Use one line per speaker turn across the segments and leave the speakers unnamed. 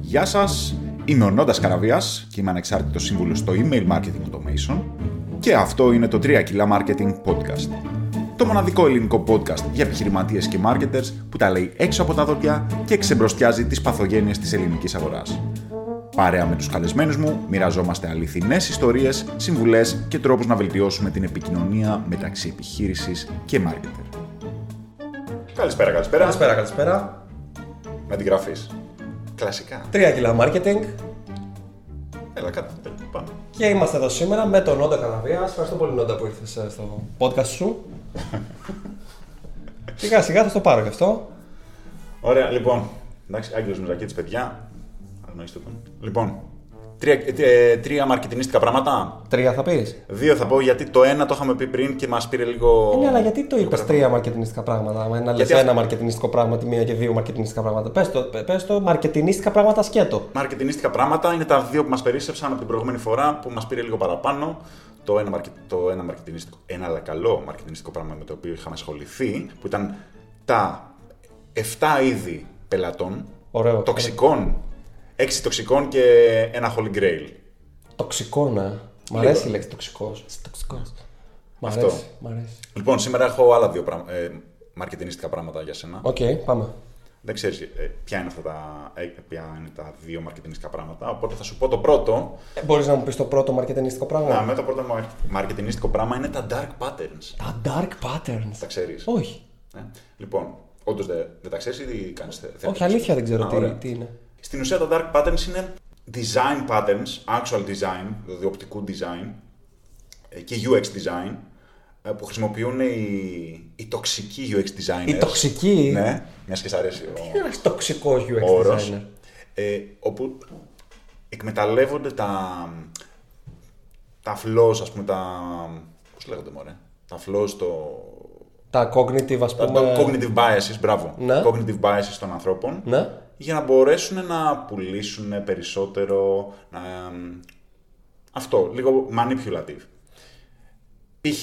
Γεια σας, είμαι ο Νόντας Καραβίας και είμαι ανεξάρτητος σύμβουλος στο email marketing automation και αυτό είναι το 3 κιλά marketing podcast. Το μοναδικό ελληνικό podcast για επιχειρηματίες και marketers που τα λέει έξω από τα δόντια και ξεμπροστιάζει τις παθογένειες της ελληνικής αγοράς. Παρέα με τους καλεσμένους μου, μοιραζόμαστε αληθινές ιστορίες, συμβουλές και τρόπους να βελτιώσουμε την επικοινωνία μεταξύ επιχείρησης και marketer. Καλησπέρα, καλησπέρα.
Καλησπέρα, καλησπέρα.
Με την γραφή. Κλασικά.
Τρία κιλά marketing
Έλα, κάτω. Πάμε.
και είμαστε εδώ σήμερα με τον Νόντα Καναβία. Σε Ευχαριστώ πολύ, Νόντα, που ήρθες ε, στο podcast σου. σιγά σιγά θα το πάρω γι' αυτό.
Ωραία, λοιπόν. Εντάξει, Άγγελος Μουζακίτη, παιδιά. Αγνοήστε τον. Λοιπόν, τρία, ε, τι- ε, τρία μαρκετινίστικα πράγματα.
Τρία θα πεις.
Δύο θα πω γιατί το ένα το είχαμε πει πριν και μας πήρε λίγο.
Ναι, αλλά γιατί το
λίγο
είπες
παραπάνω.
τρία μαρκετινιστικά πράγματα. Άμα ένα λες
Γιατί
ένα
αυτό-
μαρκετινιστικό πράγμα, τη μία και δύο μαρκετινιστικά πράγματα. Πες το, πε- πες το μαρκετινιστικά πράγματα σκέτο.
Μαρκετινίστικα πράγματα είναι τα δύο που μας περίσσεψαν από την προηγούμενη φορά που μας πήρε λίγο παραπάνω. Το ένα, μαρκε... το ένα μαρκετινίστικο, ένα αλλά καλό μαρκετινίστικο πράγμα με το οποίο είχαμε ασχοληθεί, που ήταν τα 7 είδη πελατών,
Ωραίο.
τοξικών, 6 τοξικών και ένα holy grail.
Τοξικό, ναι. Μ' αρέσει η λέξη τοξικός. Τοξικός. Μ'
Αυτό.
αρέσει. Μ' αρέσει.
Λοιπόν, σήμερα έχω άλλα δύο πραγμα... ε, μαρκετινίστικα πράγματα για σένα.
Οκ, πάμε.
Δεν ξέρεις ποια, είναι αυτά τα... ε, ποια είναι τα δύο μαρκετινίστικα πράγματα. Οπότε θα σου πω το πρώτο.
Μπορεί Ε, να μου πεις το πρώτο μαρκετινιστικό πράγμα.
Α, με το πρώτο μαρ- μαρκετινίστικο πράγμα είναι τα dark patterns.
Τα dark patterns.
Τα ξέρεις.
Όχι.
Λοιπόν, όντως δεν, δεν τα ξέρεις ή κάνεις
Όχι, αλήθεια δεν ξέρω τι, τι είναι.
Στην ουσία τα dark patterns είναι design patterns, actual design, δηλαδή οπτικού design ε, και UX design ε, που χρησιμοποιούν οι, οι τοξικοί UX designers.
Η τοξική.
Ναι, μιας και σ' αρέσει ο,
Ε, Είναι ένα τοξικό UX
ο όρος,
designer.
ε, όπου εκμεταλλεύονται τα, τα flaws, ας πούμε, τα... πώς λέγονται μωρέ, τα flaws, το,
Τα cognitive, ας
τα,
πούμε.
τα cognitive biases, μπράβο,
Ναι.
cognitive biases των ανθρώπων,
Ναι.
για να μπορέσουν να πουλήσουν περισσότερο, να, αυτό, λίγο manipulative. Π.χ.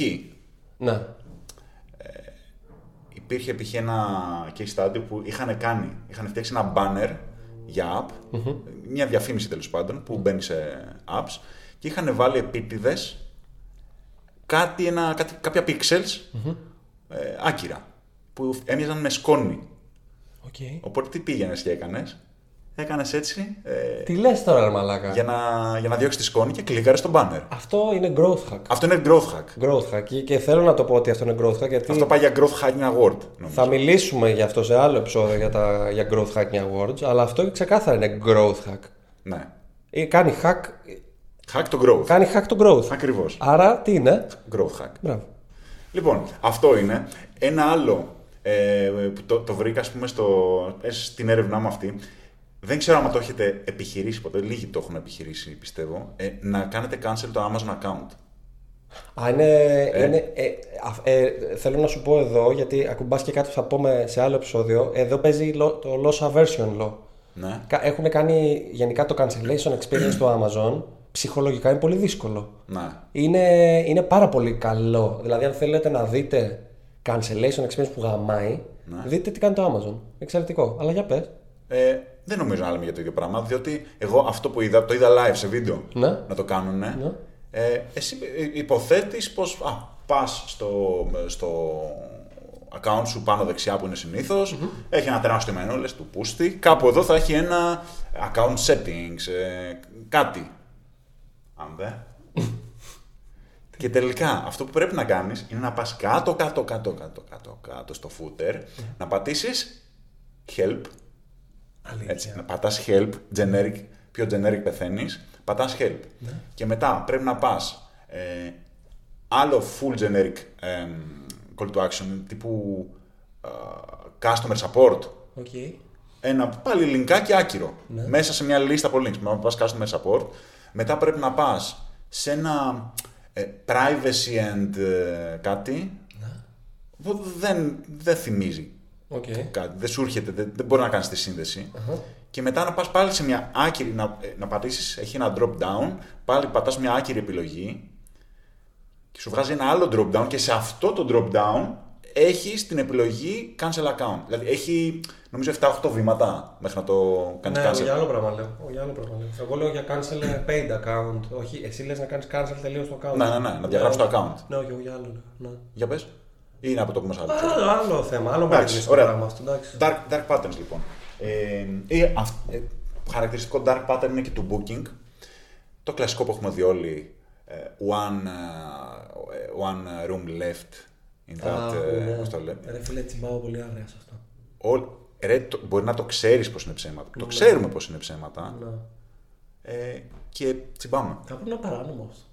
Ναι.
υπήρχε π.χ. ένα case study που είχαν κάνει, είχαν φτιάξει ένα banner για app, μια διαφήμιση τέλος πάντων που μπαίνει σε apps και είχαν βάλει επίτηδες κάτι, ένα, κάτι, κάποια pixels ε, άκυρα που έμοιαζαν με σκόνη.
Οκ.
Οπότε τι πήγαινες και έκανες, έκανες έτσι ε,
Τι λες τώρα, ρε μαλάκα.
για να, για να διώξεις τη σκόνη και κλικάρες στο banner.
Αυτό είναι growth hack.
Αυτό είναι growth hack.
Growth hack. Και- Και θέλω να το πω ότι αυτό είναι growth hack γιατί
Αυτό πάει για growth hacking award. Νομίζω.
Ε, θα μιλήσουμε για αυτό σε άλλο επεισόδιο για, τα, για growth hacking awards. Αλλά αυτό ξεκάθαρα είναι growth hack.
Ναι.
Ε, κάνει hack,
Hack το growth.
κάνει hack το growth.
Ακριβώς.
Άρα τι είναι.
Growth hack.
Μπράβο.
Λοιπόν, αυτό είναι. Ένα άλλο ε, που το, το βρήκα, ας πούμε, στο, ε, στην έρευνά μου αυτή. Δεν ξέρω αν το έχετε επιχειρήσει ποτέ. Λίγοι το έχουν επιχειρήσει, πιστεύω. Ε, να κάνετε cancel το Amazon account.
Α, είναι, είναι, ε, α, ε, θέλω να σου πω εδώ, γιατί ακουμπάς και κάτι που θα πούμε σε άλλο επεισόδιο, εδώ παίζει λο- το loss aversion law.
Ναι.
Έχουν κάνει γενικά το cancellation experience του Amazon, ψυχολογικά είναι πολύ δύσκολο.
Ναι.
Είναι, είναι πάρα πολύ καλό. Δηλαδή, αν θέλετε να δείτε cancellation experience που γαμάει, δείτε τι κάνει το Amazon. Εξαιρετικό. Αλλά για πες.
Ε, δεν νομίζω να λέμε για το ίδιο πράγμα, διότι εγώ αυτό που είδα, το είδα live σε βίντεο
Ναι.
να το κάνουν. Ε, εσύ ε, υποθέτεις πως α, πας στο, στο account σου πάνω δεξιά που είναι συνήθως, έχει ένα τεράστιο μενού, λες του πούστη, κάπου εδώ θα έχει ένα account settings, ε, κάτι. Αν δεν. Και τελικά αυτό που πρέπει να κάνεις είναι να πας κάτω, κάτω, κάτω, κάτω, κάτω, κάτω στο footer, να πατήσεις help, έτσι, να πατάς help, generic, πιο generic πεθαίνεις, πατάς help. Και μετά πρέπει να πας ε, άλλο full generic ε, call to action τύπου ε, customer support.
Οκ.
Ένα πάλι λινκάκι άκυρο. Μέσα σε μια λίστα από links. Να πας customer support. Μετά πρέπει να πας σε ένα ε, privacy and ε, κάτι. Που δεν, δεν θυμίζει
Οκ.
κάτι, δεν σου έρχεται, δεν, δεν μπορεί να κάνεις τη συνδεση Και μετά να πας πάλι σε μια άκυρη, να, ε, να πατήσεις, έχει ένα drop down, πάλι πατάς μια άκυρη επιλογή και σου βγάζει ένα άλλο drop down και σε αυτό το drop down έχει την επιλογή cancel account. Δηλαδή έχει νομίζω 7-8 βήματα μέχρι να το κάνει
Ναι,
cancel.
για άλλο πράγμα λέω. Ο, Για άλλο πράγμα λέω. Εγώ λέω για cancel ε, paid account. Όχι, εσύ λες να κάνεις cancel τελείως το account.
Ναι, ναι, ναι, να
Για
διαγράψεις το
άλλο.
account.
Ναι, όχι, εγώ για άλλο λέω. Ναι.
Για πες. Ή είναι από το που μας άλλο.
Άλλο, άλλο θέμα, άλλο
Εντάξει,
μαγνητικό
ωραία.
πράγμα αυτό. Εντάξει.
Dark, dark patterns λοιπόν. Ε, ή αυ- ε, χαρακτηριστικό dark pattern είναι και του booking. Το κλασικό που έχουμε δει όλοι. ε, One, ε, one room left in that.
Α,
ε,
ναι.
πώς το λέμε.
Ρε φίλε, τσιμπάω πολύ άγρια σε αυτό.
Όλ- Ρε, το- μπορεί να το ξέρεις πως είναι ψέματα. Το ξέρουμε πως είναι ψέματα.
Ναι.
Ε, και τσιμπάμε.
Θα πρέπει να είναι παράνομο αυτό.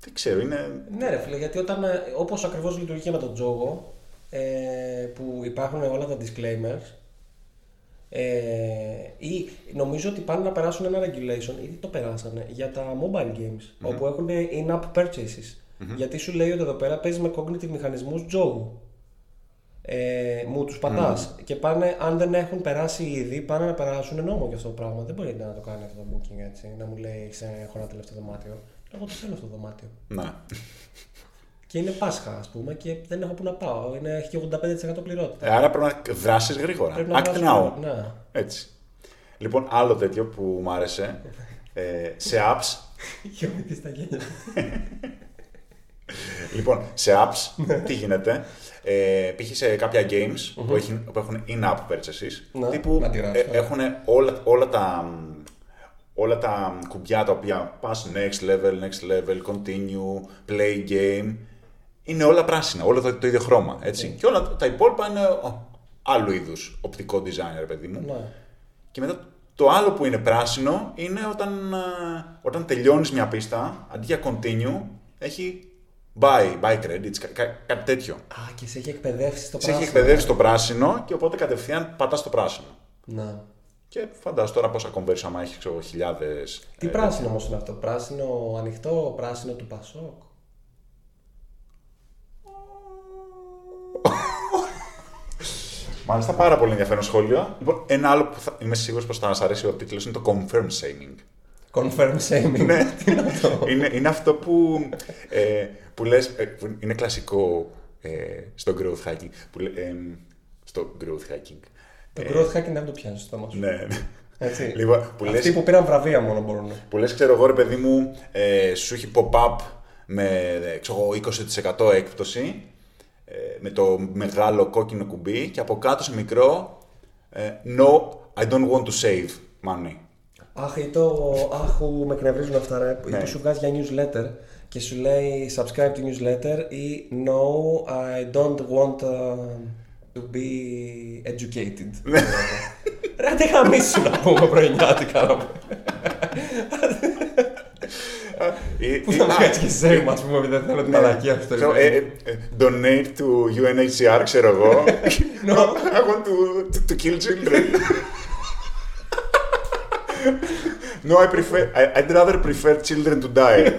Δεν ξέρω, είναι.
Ναι, ρε φίλε, γιατί όταν. Όπως ακριβώς λειτουργεί και με τον τζόγο, ε, που υπάρχουν όλα τα disclaimers. Ε, ή νομίζω ότι πάνε να περάσουν ένα regulation, ήδη το περάσανε, για τα mobile games, όπου έχουν in-app purchases. Γιατί σου λέει ότι εδώ πέρα παίζεις με cognitive μηχανισμούς τζόγου. Ε, μου τους πατάς. Και πάνε, αν δεν έχουν περάσει ήδη, πάνε να περάσουν νόμο για αυτό το πράγμα. Δεν μπορεί να το κάνει αυτό το booking έτσι. Να μου λέει, «Ξέρεις, έχω ένα τελευταίο δωμάτιο. Εγώ το θέλω αυτό το δωμάτιο.
Να.
Και είναι Πάσχα, ας πούμε, και δεν έχω που να πάω. Είναι, έχει και 85% πληρότητα.
Ε, Άρα πρέπει να δράσεις γρήγορα.
Πρέπει
Act
βγάζω-
now.
Ναι.
Έτσι. Λοιπόν, άλλο τέτοιο που μου άρεσε. ε, σε apps.
Είχε ομιλήσει στα γένια.
λοιπόν, σε apps,
Ναι.
τι γίνεται. Ε, π.χ. σε κάποια games που, έχουν, που έχουν in-app purchases.
Ναι,
τύπου
να τυράς, ναι.
έχουν όλα, όλα τα μ, όλα τα κουμπιά τα οποία πας next level, next level, continue, play game είναι όλα πράσινα, όλα το, το ίδιο χρώμα,
Ναι.
έτσι. Και όλα τα υπόλοιπα είναι ο, άλλου είδους οπτικό design, ρε παιδί μου.
Ναι.
Και μετά το άλλο που είναι πράσινο είναι όταν, α, όταν τελειώνεις μια πίστα, αντί για continue, έχει buy, buy credits, κα- κα- κάτι τέτοιο.
Α, και σε έχει εκπαιδεύσει το
Σε έχει
πράσινο.
εκπαιδεύσει το πράσινο και οπότε κατευθείαν πατάς το πράσινο.
Ναι.
Και φαντάζομαι τώρα πόσα conversion άμα έχεις, ξέρω, χιλιάδες...
Τι
ε,
πράσινο όμως είναι αυτό, πράσινο ανοιχτό, πράσινο του Πασόκ.
Μάλιστα πάρα πολύ ενδιαφέρον σχόλιο. Λοιπόν, ένα άλλο που θα, είμαι σίγουρος πως θα σας αρέσει ο τίτλος είναι το confirm shaming.
Confirm shaming.
Ναι.
Τι είναι αυτό.
είναι, είναι αυτό που, ε, που λες, ε, που είναι κλασικό ε, στο growth hacking. Που, λέ- ε, στο growth hacking.
Το growth hacking δεν το πιάνεις στο στόμα σου.
Ναι, ναι.
Έτσι.
Λοιπόν, που
Αυτοί
λες,
που πήραν βραβεία μόνο μπορούν.
που λες, ξέρω εγώ ρε παιδί μου, ε, σου έχει pop-up με ε, ξέρω εγώ, 20% έκπτωση ε, με το μεγάλο κόκκινο κουμπί και από κάτω σε μικρό ε, No, I don't want to save money.
Αχ, ή το άχου με εκνευρίζουν αυτά ρε, ή
Ναι.
που σου βγάζει για newsletter και σου λέει subscribe to newsletter ή no, I don't want uh, to be educated.
Ναι.
ρε, τι χαμίσου να πούμε πρωινιάτικα να πούμε.
Ή-
Πού
ή-
θα
α,
βγάζει και σέγμα, ας πούμε, επειδή δεν θέλω την
Ναι.
μαλακία αυτό.
Ξέρω, ε, ε, ε, donate to UNHCR, ξέρω εγώ. no, I want to, to, to kill children. no, I prefer, I, I'd rather prefer children to die.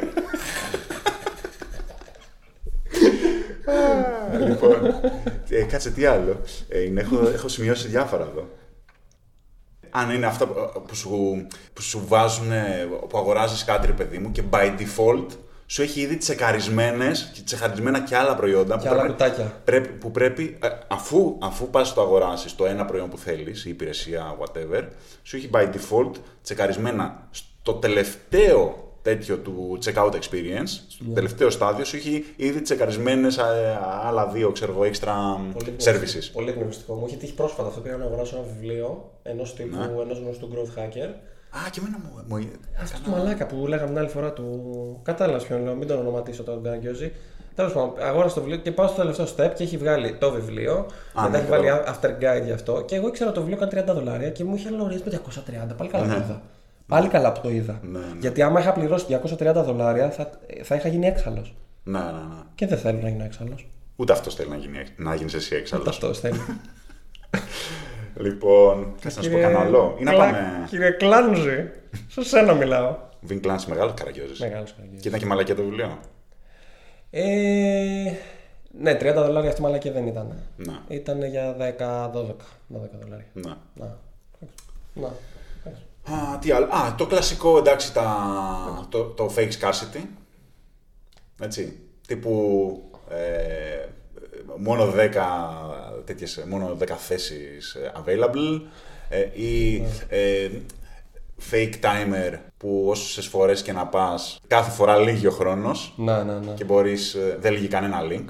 Α, λοιπόν, ε, κάτσε τι άλλο. Ε, είναι, έχω, έχω σημειώσει διάφορα εδώ. Αν είναι αυτά που- που σου, που σου βάζουν, που αγοράζεις κάτι ρε παιδί μου και by default σου έχει ήδη τσεκαρισμένες και τσεκαρισμένα και άλλα προϊόντα
Και
που,
άλλα
πρέπει,
κουτάκια.
πρέπει- που πρέπει, ε, αφού, αφού πας το αγοράσεις το ένα προϊόν που θέλεις, η υπηρεσία, whatever, σου έχει by default τσεκαρισμένα στο τελευταίο τέτοιο του checkout experience, στο τελευταίο στάδιο σου έχει ήδη τσεκαρισμένες ε, άλλα δύο, ξέρω εγώ, extra services.
γνωριστικό, Πολύ γνωριστικό. Μου είχε τύχει πρόσφατα αυτό. Πήγα να αγοράσω ένα βιβλίο ενός τύπου,
Ναι.
ενός γνωστού growth hacker.
Α, και εμένα μου... μου...
Αυτός το μαλάκα που λέγαμε την άλλη φορά του. Κατάλαβες ποιον λέω, μην τον ονοματίσω τώρα, δεν αγγιώζει. Τέλος πάντων, αγόρασα το βιβλίο και πάω στο τελευταίο step και έχει βγάλει το βιβλίο. μετά
ναι,
έχει
καλά.
βάλει after guide γι' αυτό. Και εγώ ήξερα το βιβλίο κάνει 30 δολάρια και μου είχε λωρίσει με 230. Πάλι καλά που το είδα. Πάλι καλά που το είδα.
Ναι, ναι.
Γιατί άμα είχα πληρώσει 230 δολάρια θα, θα είχα γίνει έξαλλος.
Ναι, ναι, ναι.
Και δεν θέλω να γίνω έξαλλος.
Ούτε αυτός θέλει να γίνει, να γίνεις εσύ έξαλλος.
Αυτός θέλει.
Λοιπόν, θες να σου πω κανένα άλλο ή να πάμε.
Κύριε Κλάνζη, σε σένα μιλάω.
Βιν Κλάνς, μεγάλο καραγκιόζης.
Μεγάλο καραγκιόζης.
Και ήταν και μαλακία το βιβλίο.
Ε, ναι, 30 δολάρια αυτή η μαλακία δεν ήταν.
Να.
Ήταν για 10-12 12 δολάρια.
Να.
Να. Να.
Α, τι άλλο. Α, το κλασικό εντάξει τα... το, το fake scarcity. Έτσι. Τύπου. Ε, μόνο 10, τέτοιες, μόνο 10 θέσεις ε, available ε, ή ε, fake timer που όσες φορές και να πας κάθε φορά λύγει ο χρόνος
Να, ναι, ναι.
και μπορείς, ε, δεν λύγει κανένα link.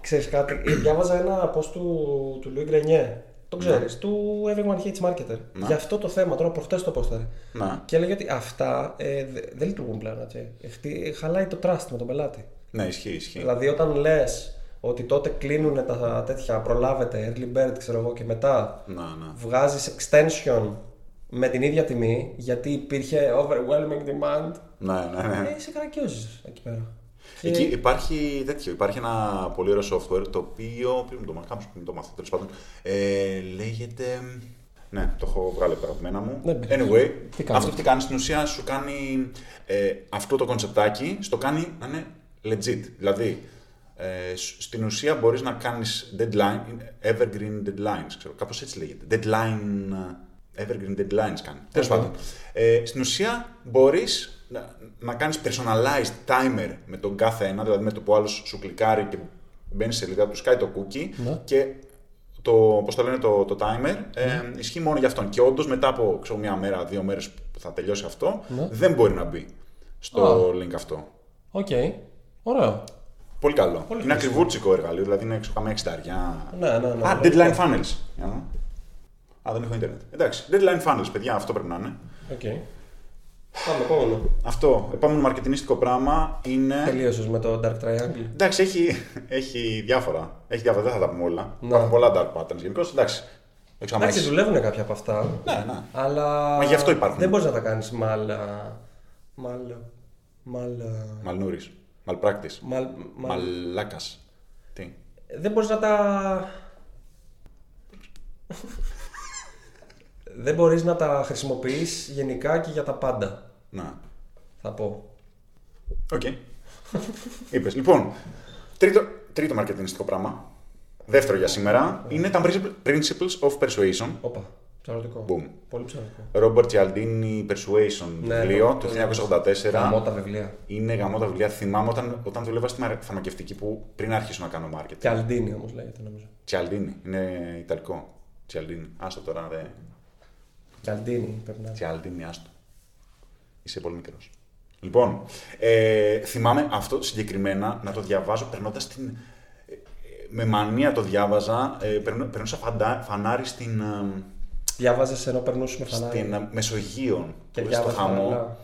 Ξέρεις κάτι, ε, διάβαζα ένα post του, του Λουί Γκρενιέ. Το ξέρεις, του Everyone Hates Marketer.
Ναι.
Για αυτό το θέμα, τώρα προχτές το poster.
Να.
Και έλεγε ότι αυτά ε, δε- δεν λειτουργούν πλέον. Έτσι. Ε, χτυ- Χαλάει το trust με τον πελάτη.
Ναι, ισχύει, ισχύει.
Δηλαδή, όταν λες ότι τότε κλείνουν τα τέτοια, προλάβετε, early bird, ξέρω εγώ, και μετά
Να, ναι.
βγάζεις extension με την ίδια τιμή γιατί υπήρχε overwhelming demand.
Ναι, ναι, ναι.
Ε, σε καραγκιόζεις εκεί πέρα. Και-
Εκεί υπάρχει τέτοιο. Υπάρχει ένα πολύ ωραίο software το οποίο. Πριν το μάθω, κάμψω, πριν το μάθω, τέλος πάντων. Ε, λέγεται. Ναι, το έχω βγάλει από τα αγαπημένα μου.
Δεν πειράζει.
Anyway,
Τι κάνω.
αυτό τι κάνει στην ουσία σου κάνει ε, αυτό το κονσεπτάκι, στο κάνει να είναι legit. Δηλαδή, ε, σ- στην ουσία μπορείς να κάνεις deadline, evergreen deadlines, ξέρω, κάπως έτσι λέγεται. Deadline, ε, evergreen deadlines κάνει. Τέλος πάντων. Ε, στην ουσία μπορείς να, να κάνεις personalized timer με τον κάθε ένα, δηλαδή με το που ο άλλος σου κλικάρει και μπαίνει σε σελίδα του, σκάει το cookie
Ναι.
και το, πώς το λένε, το, το timer ε,
Ναι.
ισχύει μόνο για αυτόν. Και όντως μετά από ξέρω, μια μέρα, δύο μέρες που θα τελειώσει αυτό,
Ναι.
δεν μπορεί να μπει στο link αυτό.
Οκ. Ωραίο.
Πολύ καλό. είναι ακριβούτσικο εργαλείο, δηλαδή είναι έξω καμιά εξταριά.
Ναι, ναι, ναι.
Α, deadline funnels. Για να δω. Α, δεν έχω ίντερνετ. Εντάξει, deadline funnels, παιδιά, αυτό πρέπει να είναι.
Οκ. Πάμε, επόμενο.
Αυτό, επόμενο μαρκετινίστικο πράγμα είναι...
Τελείωσες με το Dark Triangle.
Εντάξει, έχει, έχει διάφορα. Έχει διάφορα, δεν θα τα πούμε όλα.
Ναι.
Υπάρχουν πολλά dark patterns γενικώς. Εντάξει. Δεν ξέρω αν
Εντάξει,
έχεις-
δουλεύουν κάποια από αυτά.
Ναι, ναι.
Αλλά.
Μα γι' αυτό υπάρχουν.
Δεν μπορείς να τα κάνεις μάλα. Μάλα. Μάλα.
Μαλνούρης. Malpractice.
Μαλ... μα-
Μαλάκας. Τι.
Δεν μπορείς να τα... Δεν μπορείς να τα χρησιμοποιείς γενικά και για τα πάντα,
Να.
θα πω.
Οκ. Είπες. Λοιπόν, τρίτο, τρίτο μαρκετινιστικό πράγμα. Δεύτερο για σήμερα είναι τα Principles of Persuasion.
Όπα, ψαρωτικό.
Boom.
Πολύ ψαρωτικό.
Ρόμπερτ Cialdini Persuasion
Ναι,
βιβλίο
ναι.
το
Γαμώ
1984.
τα βιβλία.
Είναι γαμό τα βιβλία. Θυμάμαι όταν, όταν δουλεύα στη μαρ- φαρμακευτική που πριν άρχισα να κάνω marketing.
Και Αλντίνη όμως λέγεται νομίζω.
Cialdini. Είναι ιταλικό. Cialdini. Άστο τώρα, δε.
Και Αλντίνη πρέπει να...
Cialdini, άστο. Είσαι πολύ μικρός. Λοιπόν, ε, θυμάμαι αυτό συγκεκριμένα να το διαβάζω περνώντας την. ε, ε, Με μανία το διάβαζα. Ε, περνώ- περνούσα φαντά- φανάρι στην. ε,
Διάβαζες ενώ περνούσες με φανάρι.
στην ε, Μεσογείον.
Και
στο
διάβαζες
χαμό.
παράλληλα.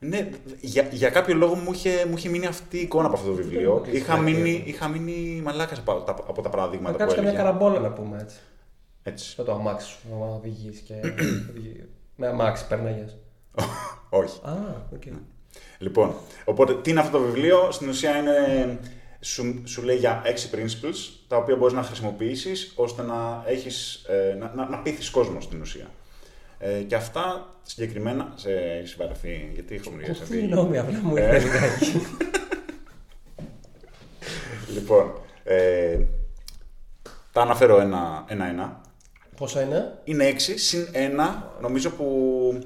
Ναι, για, για κάποιο λόγο μου είχε, μου είχε μείνει αυτή η εικόνα από αυτό το βιβλίο.
Δεν
Είχα
είναι
μείνει, είχα μείνει μαλάκας από, τα- από τα
ναι, Να
παραδείγματα που
κάνεις καμιά
έλεγε.
καραμπόλα να πούμε έτσι.
Έτσι.
Με το αμάξι σου, να οδηγείς και... οδηγεί- με αμάξι περνάγες.
Όχι.
Α, οκ.
Λοιπόν, οπότε τι είναι αυτό το βιβλίο. Στην ουσία είναι, σου, σου λέει για έξι principles, τα οποία μπορείς να χρησιμοποιήσεις ώστε να, έχεις, ε, να, να, να πείθεις κόσμο στην ουσία. Ε, και αυτά συγκεκριμένα. Σε έχεις βαρεθεί, γιατί έχει μυρίσει
Συγγνώμη, απλά μου
Ε.
ήρθε λιγάκι.
Λοιπόν, ε, τα αναφέρω ένα- ένα-ένα.
Πόσα είναι?
Είναι 6 συν 1, νομίζω που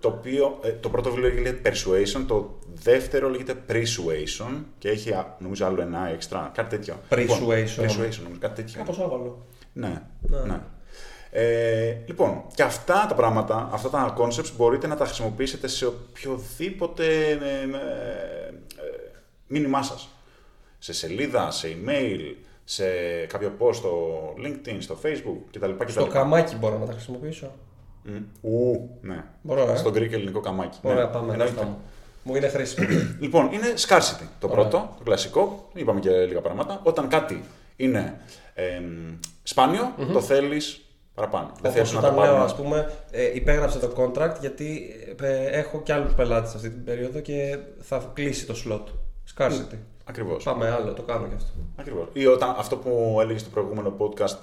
το, οποίο, ε, το πρώτο βιβλίο λέγεται Persuasion, το δεύτερο λέγεται Persuasion και έχει α, νομίζω άλλο ένα έξτρα, κάτι τέτοιο. Λοιπόν,
Persuasion.
Persuasion, νομίζω, κάτι τέτοιο.
Κάπως άβαλο.
Ναι,
Ναι.
ναι. Ε, λοιπόν, και αυτά τα πράγματα, αυτά τα concepts μπορείτε να τα χρησιμοποιήσετε σε οποιοδήποτε ε, ε, ε, μήνυμά σας. Σε σελίδα, σε email, σε κάποιο post στο LinkedIn, στο Facebook κτλ. κτλ.
Στο καμάκι μπορώ να τα χρησιμοποιήσω.
Μμ. Ου, ναι.
Μπορώ, ε.
Στον Greek ελληνικό καμάκι.
Ωραία,
ναι.
πάμε.
Εννοείται.
αυτά μου. μου είναι χρήσιμο.
Λοιπόν, είναι scarcity το
Ωραία.
πρώτο, το κλασικό. Είπαμε και λίγα πράγματα. Όταν κάτι είναι εμ, σπάνιο, το θέλεις παραπάνω. Δεν θέλει
Όπως
να το
όταν λέω,
πάρει.
ας πούμε, ε, υπέγραψε το contract γιατί ε, έχω και άλλους πελάτες αυτή την περίοδο και θα κλείσει το slot. Scarcity.
Ακριβώς.
Πάμε άλλο, το κάνω κι αυτό.
Ακριβώς. Ή όταν αυτό που έλεγες στο προηγούμενο podcast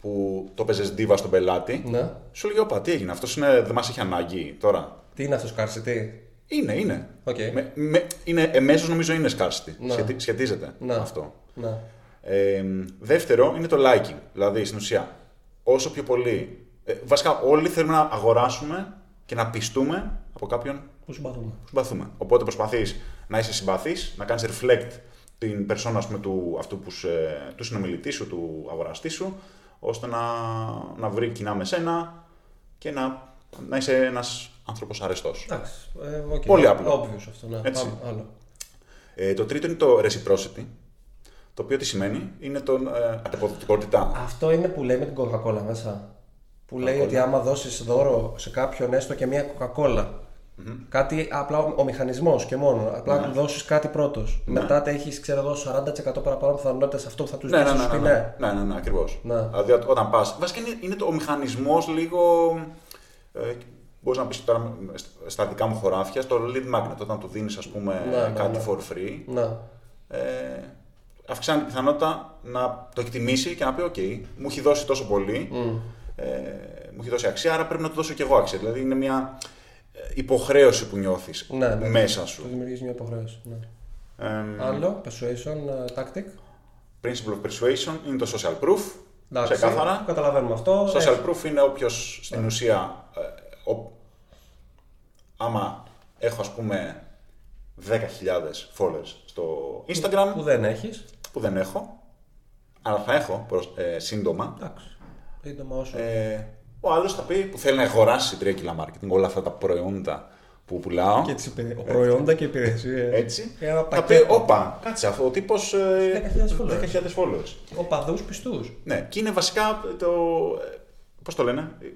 που το παίζες ντίβα στον πελάτη,
Ναι.
σου λέει: Όπα, τι έγινε, αυτός δεν μας έχει ανάγκη τώρα.
Τι είναι αυτό scarcity.
Είναι, είναι.
Οκ.
Με, με, είναι εμέσως νομίζω είναι scarcity.
Ναι.
Σχετι- σχετίζεται
Ναι.
αυτό.
Να.
Ε, δεύτερο είναι το liking. Δηλαδή στην ουσία, όσο πιο πολύ. Ε, βασικά, όλοι θέλουμε να αγοράσουμε και να πιστούμε από κάποιον
Πού συμπαθούμε.
που συμπαθούμε. Οπότε προσπαθείς να είσαι συμπαθής, να κάνεις reflect την περσόνα ας πούμε, του, αυτού που σε, του συνομιλητή σου, του αγοραστή σου, ώστε να, να βρει κοινά με σένα και να, να είσαι ένας άνθρωπος αρεστός.
Εντάξει. Ε, okay,
Πολύ απλό.
Obvious αυτό. Ναι.
Έτσι.
Πάμε. Άλλο.
Ε, το τρίτο είναι το reciprocity, το οποίο τι σημαίνει, είναι το ε, ανταποδοτικότητα.
Αυτό είναι που λέει με την Coca-Cola μέσα. Που λέει ότι άμα δώσεις δώρο σε κάποιον έστω και μια Coca-Cola. Κάτι απλά ο, ο μηχανισμός και μόνο. Απλά
Ναι.
του δώσεις κάτι πρώτος. Μετά τα έχεις, ξέρω εγώ, 40% παραπάνω πιθανότητα σε αυτό που θα τους
Ναι,
δώσει.
ναι, ναι, ναι, ναι, ναι, ναι, ναι ακριβώς.
Ναι.
Δηλαδή όταν πας, βασικά είναι, είναι το, ο μηχανισμός λίγο, ε, μπορείς να πεις τώρα ε, στα δικά μου χωράφια, στο lead magnet, όταν του δίνεις ας πούμε
Ναι, ναι,
κάτι
ναι.
for free,
ναι.
ε, αυξάνει την πιθανότητα να το εκτιμήσει και να πει: OK, μου έχει δώσει τόσο πολύ, ε, μου έχει δώσει αξία, άρα πρέπει να του δώσω κι εγώ αξία. Δηλαδή είναι μια ε, υποχρέωση που νιώθεις
Ναι, ναι.
μέσα
Του
σου.
δημιουργεί μια υποχρέωση. Ναι.
Ε,
Άλλο, persuasion ε, tactic.
principle of persuasion είναι το social proof.
Εντάξει,
Ξεκάθαρα.
Καταλαβαίνουμε αυτό.
Social proof είναι όποιος
Ναι.
στην ουσία, ε, ο- άμα έχω ας πούμε 10.000 followers στο Instagram,
Ε, Που δεν έχεις.
που δεν έχω, αλλά θα έχω προς- ε, σύντομα,
Εντάξει. Σύντομα όσο.
Ε, ο άλλος θα πει που θέλει να αγοράσει 3 κιλά marketing, όλα αυτά τα προϊόντα που πουλάω.
Και τις υπηρε... προϊόντα και υπηρεσίες.
Έτσι.
Ένα
Θα πει,
πακέτο.
όπα, κάτσε αυτό ο τύπος.
10.000 followers.
10.000 followers.
Ο παδού πιστούς.
Ναι, και είναι βασικά το. Πώς το λένε, ε,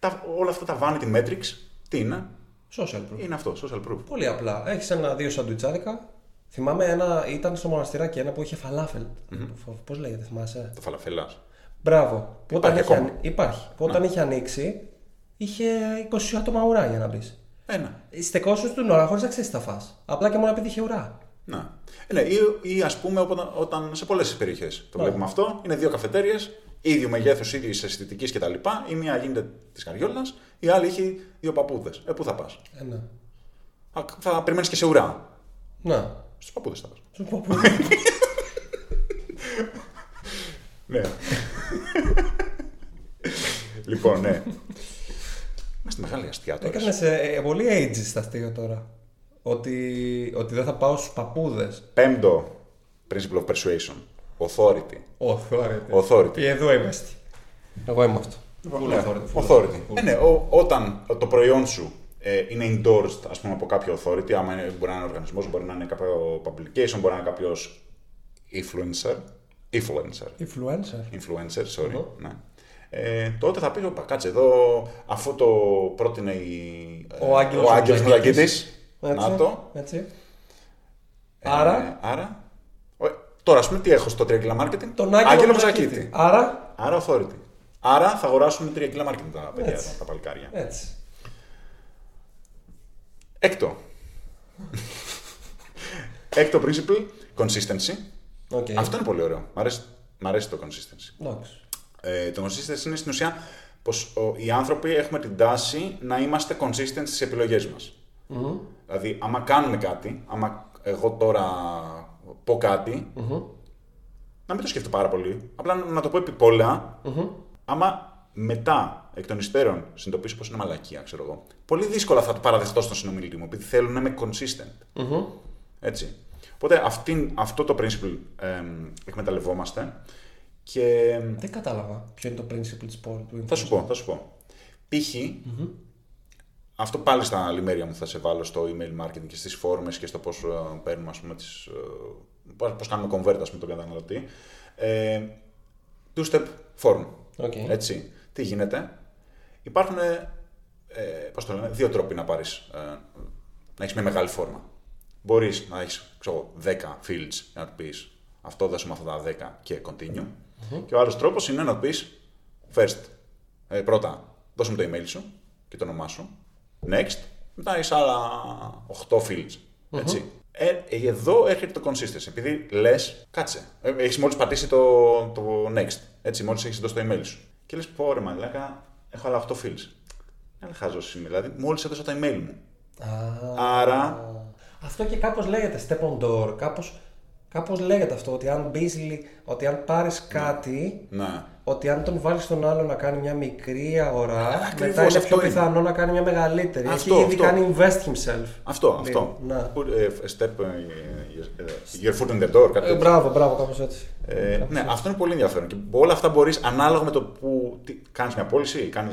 τα, όλα αυτά τα vanity metrics, τι είναι,
Social proof.
είναι αυτό, social proof.
Πολύ απλά. Έχεις ένα-δύο σαντουιτσάδικα. Θυμάμαι ένα, ήταν στο μοναστηράκι ένα που είχε φαλάφελ. Πώς λέγεται, θυμάσαι.
Το φαλαφέλα.
Μπράβο. Που Όταν είχε,
ακόμα.
αν- υπάρχει. Που Όταν είχε ανοίξει, είχε 20 άτομα ουρά για να μπει.
Ένα.
Στεκόσου την ώρα χωρίς να ξέρεις τι θα φας. Απλά και μόνο επειδή είχε ουρά.
Να. Ε, ναι, ή, ή ας πούμε όταν, όταν σε πολλές περιοχέ το
Ναι.
βλέπουμε αυτό, είναι δύο καφετέρειε, ίδιου μεγέθου, ίδιου αισθητική κτλ. Η μία γίνεται της Καριόλας, η άλλη έχει δύο παππούδες. Ε, πού θα πας.
Ε, ναι.
Θα περιμένεις και σε ουρά.
Να.
Στους παππούδες θα πας.
Σου πω που.
Ναι. λοιπόν, ναι. Είμαστε μεγάλη αστεία τώρα.
Έκανες ε, πολύ ages στα αστείο τώρα. Ότι, ότι δεν θα πάω στους παππούδες.
Πέμπτο principle of persuasion. Authority.
Authority.
Authority.
Και εδώ είμαστε. Εγώ είμαι αυτό.
Ναι, authority. Ε, ναι, ο- όταν το προϊόν σου ε, είναι endorsed ας πούμε, από κάποιο authority, άμα είναι, μπορεί να είναι οργανισμός, μπορεί να είναι κάποιο publication, μπορεί να είναι κάποιος influencer. Influencer.
Influencer.
Influencer, sorry.
Mhm.
Ναι. Ε, τότε θα πει: Ωπα, κάτσε εδώ, αφού το πρότεινε η, ε,
Ο Άγγελος
ο Άγγελος
Μουζακίτης.
Μουζακίτης.
Έτσι.
Να το.
Έτσι.
Ε,
Άρα?
άρα. Ο- τώρα, ας πούμε, τι έχω στο 3 κιλά marketing.
Τον Άγγελο,
Μουζακίτη.
Μουζακίτη. Άρα.
Άρα authority. Άρα θα αγοράσουν 3 κιλά marketing τα παιδιά,
Έτσι.
τα, τα παλικάρια.
Έτσι.
Έκτο. Έκτο principle, consistency.
Οκ.
Αυτό είναι πολύ ωραίο. Μ' αρέσει, μ' αρέσει το consistency.
Εντάξει.
Ε, το consistency είναι στην ουσία πως ο, οι άνθρωποι έχουμε την τάση να είμαστε consistent στις επιλογές μας.
Μμμ.
Δηλαδή, άμα κάνουμε κάτι, άμα εγώ τώρα πω κάτι,
Μμμ.
να μην το σκεφτώ πάρα πολύ. Απλά να- να το πω επί πολλά,
Μμμ.
άμα μετά εκ των υστέρων συνειδητοποιήσω πως είναι μαλακία, ξέρω εγώ. Πολύ δύσκολα θα το παραδεχτώ στον συνομιλητή μου, επειδή θέλω να είμαι consistent.
Μμμ.
Έτσι. Οπότε αυτήν, αυτό το principle εμ, εκμεταλλευόμαστε και εμ,
Δεν κατάλαβα ποιο είναι το principle της πόλης του
θα σου πω, θα σου πω. Π.χ. Αυτό πάλι στα λιμέρια μου θα σε βάλω στο email marketing και στις φόρμες και στο πώς ε, παίρνουμε, ας πούμε, τις, ε, πώς, πώς κάνουμε convert, ας πούμε, τον καταναλωτή. Ε, two-step form.
Οκ.
Έτσι. Τι γίνεται. Υπάρχουν, ε, ε, πώς το λένε, δύο τρόποι να πάρεις, ε, να έχεις μια μεγάλη φόρμα. Μπορείς να έχεις, ξέρω, εγώ, 10 fields και να του πεις αυτό δώσουμε αυτά τα 10 και continue. Και ο άλλος τρόπος είναι να του πεις first, ε, πρώτα δώσε μου το email σου και το όνομά σου, next, μετά έχεις άλλα 8 fields. ετσι Ε, εδώ έρχεται το consistency. Επειδή λες, κάτσε. Έχεις μόλις πατήσει το, το next. Έτσι, μόλις έχεις δώσει το email σου. Και λες, πω ρε μαλάκα, έχω άλλα 8 fields. Δεν χάζω είμαι. Δηλαδή, μόλις έδωσα το email μου.
Α,
Άρα,
Αυτό και κάπως λέγεται step on door. Κάπως, κάπως λέγεται αυτό ότι αν, μπεις λι- ότι αν πάρεις κάτι
ναι.
ότι αν τον βάλεις τον άλλο να κάνει μια μικρή αγορά, μετά
Ακριβώς,
είναι
αυτό
πιο
είναι.
πιθανό να κάνει μια μεγαλύτερη.
Αυτό,
Έχει ήδη
αυτό.
κάνει invest himself.
Αυτό,
Δηλαδή,
αυτό.
Να.
Put, ε, a step ε, your- your foot in the door, κάτι
Ε,
τέτοιο.
μπράβο, μπράβο, κάπως έτσι.
Ε, ναι, αυτό είναι πολύ ενδιαφέρον. Και όλα αυτά μπορείς ανάλογα με το που. Κάνεις μια πώληση, κάνεις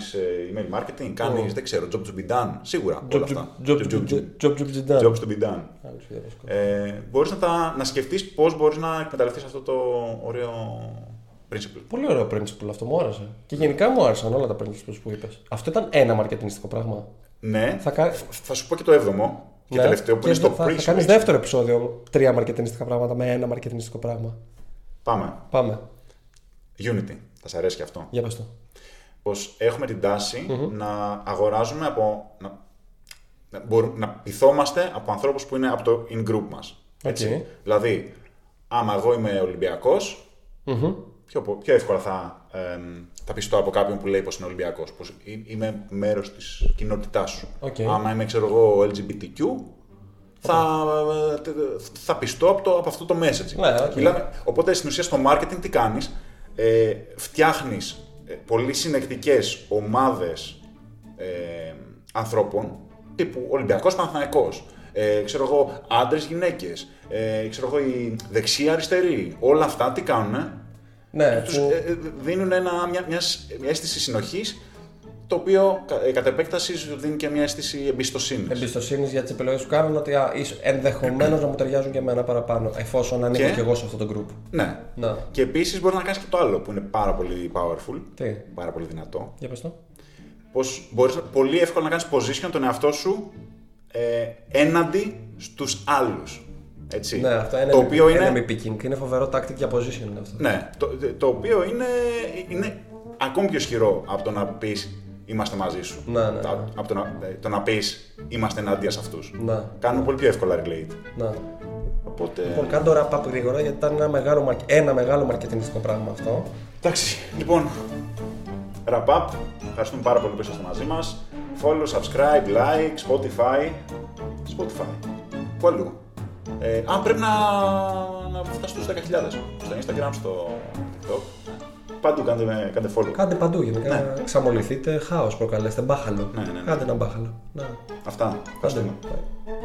email marketing, κάνει. Δεν ξέρω, job to be done. Σίγουρα. όλα αυτά.
Job
Job to-
Jobs
Jobs to be done. Ε, μπορείς να, τα, να σκεφτείς πώς μπορείς να εκμεταλλευτείς αυτό το ωραίο principle.
Πολύ ωραίο principle αυτό, μου άρεσε. Και γενικά μου άρεσαν όλα τα principles που είπες. Αυτό ήταν ένα μαρκετινιστικό πράγμα.
Ναι, θα,
Θα κα-
σου πω και το έβδομο και
Ναι.
τελευταίο που είναι
Και
στο
θα,
pre
θα κάνεις δεύτερο επεισόδιο τρία μαρκετινιστικά πράγματα με ένα μαρκετινιστικό πράγμα.
Πάμε.
Πάμε.
Unity. Θα σ' αρέσει και αυτό.
Για πες το.
Πως έχουμε την ταση να αγοράζουμε από... Να, να, μπορούμε, να πειθόμαστε από ανθρώπους που είναι από το in-group μας. Έτσι.
Οκ.
Δηλαδή, άμα εγώ είμαι Ολυμπιακός, πιο, πο- πιο εύκολα θα, ε, θα πιστώ από κάποιον που λέει πως είναι Ολυμπιακός. Πως είμαι μέρος της κοινότητάς σου.
Οκ.
Άμα είμαι, ξέρω εγώ, LGBTQ, θα, ε, θα πιστώ από, το, από αυτό το messaging.
Ναι, οκ.
Μιλάμε, οπότε στην ουσία στο marketing τι κάνεις, ε, φτιάχνεις πολύ συνεκτικές ομάδες ε, ανθρώπων τύπου Ολυμπιακός Παναθηναϊκός, ε, ξέρω εγώ άντρες γυναίκες, ε, ξέρω εγώ οι δεξιοί αριστεροί, όλα αυτά τι κάνουν,
Ναι,
τους
που-
ε, ε, δίνουν ένα, μια, μιας, σ- μια αίσθηση συνοχής, το οποίο κα- ε, κατ' επέκταση σου δίνει και μια αίσθηση εμπιστοσύνης.
εμπιστοσύνης για τις επιλογές που κάνουν ότι ενδεχομένως να μου ταιριάζουν και εμένα παραπάνω, εφόσον ανήκω
Και-
και, εγώ σε αυτό το group.
Ναι.
Να.
Και επίσης μπορείς να κάνεις και το άλλο που είναι πάρα πολύ powerful,
Τι,
πάρα πολύ δυνατό,
για πες το.
πως μπορείς να- πολύ εύκολα να κάνεις position τον εαυτό σου ε, έναντι στους άλλους. Έτσι.
Ναι, αυτό είναι
το οποίο είναι
enemy picking. Είναι φοβερό tactic για position είναι αυτό.
Ναι, το, το οποίο είναι, είναι ακόμη πιο ισχυρό από το να πεις είμαστε μαζί σου.
Ναι, ναι,
Τα- Από το να, ε, το να πεις είμαστε ενάντια σε αυτούς.
Να,
Κάνουμε πολύ πιο εύκολα relate.
να.
Οπότε...
Λοιπόν, κάνε το wrap up γρήγορα γιατί ήταν ένα μεγάλο, μαρκε- ένα μεγάλο μαρκετινιστικό πράγμα αυτό.
Εντάξει, λοιπόν, wrap up. Ευχαριστούμε πάρα πολύ που είσαστε μαζί μας. Follow, subscribe, like, Spotify. Spotify. Follow. Ε, αν πρέπει να, να φτάσουμε στους 10.000. Στο Instagram, στο TikTok. Παντού κάντε, με- κάντε follow.
Κάντε παντού γενικά. Εξαμολυθείτε, χάος προκαλέστε, μπάχαλο.
Ναι, ναι, ναι.
Κάντε ένα μπάχαλο. Να.
Αυτά. Ευχαριστούμε.
Bye.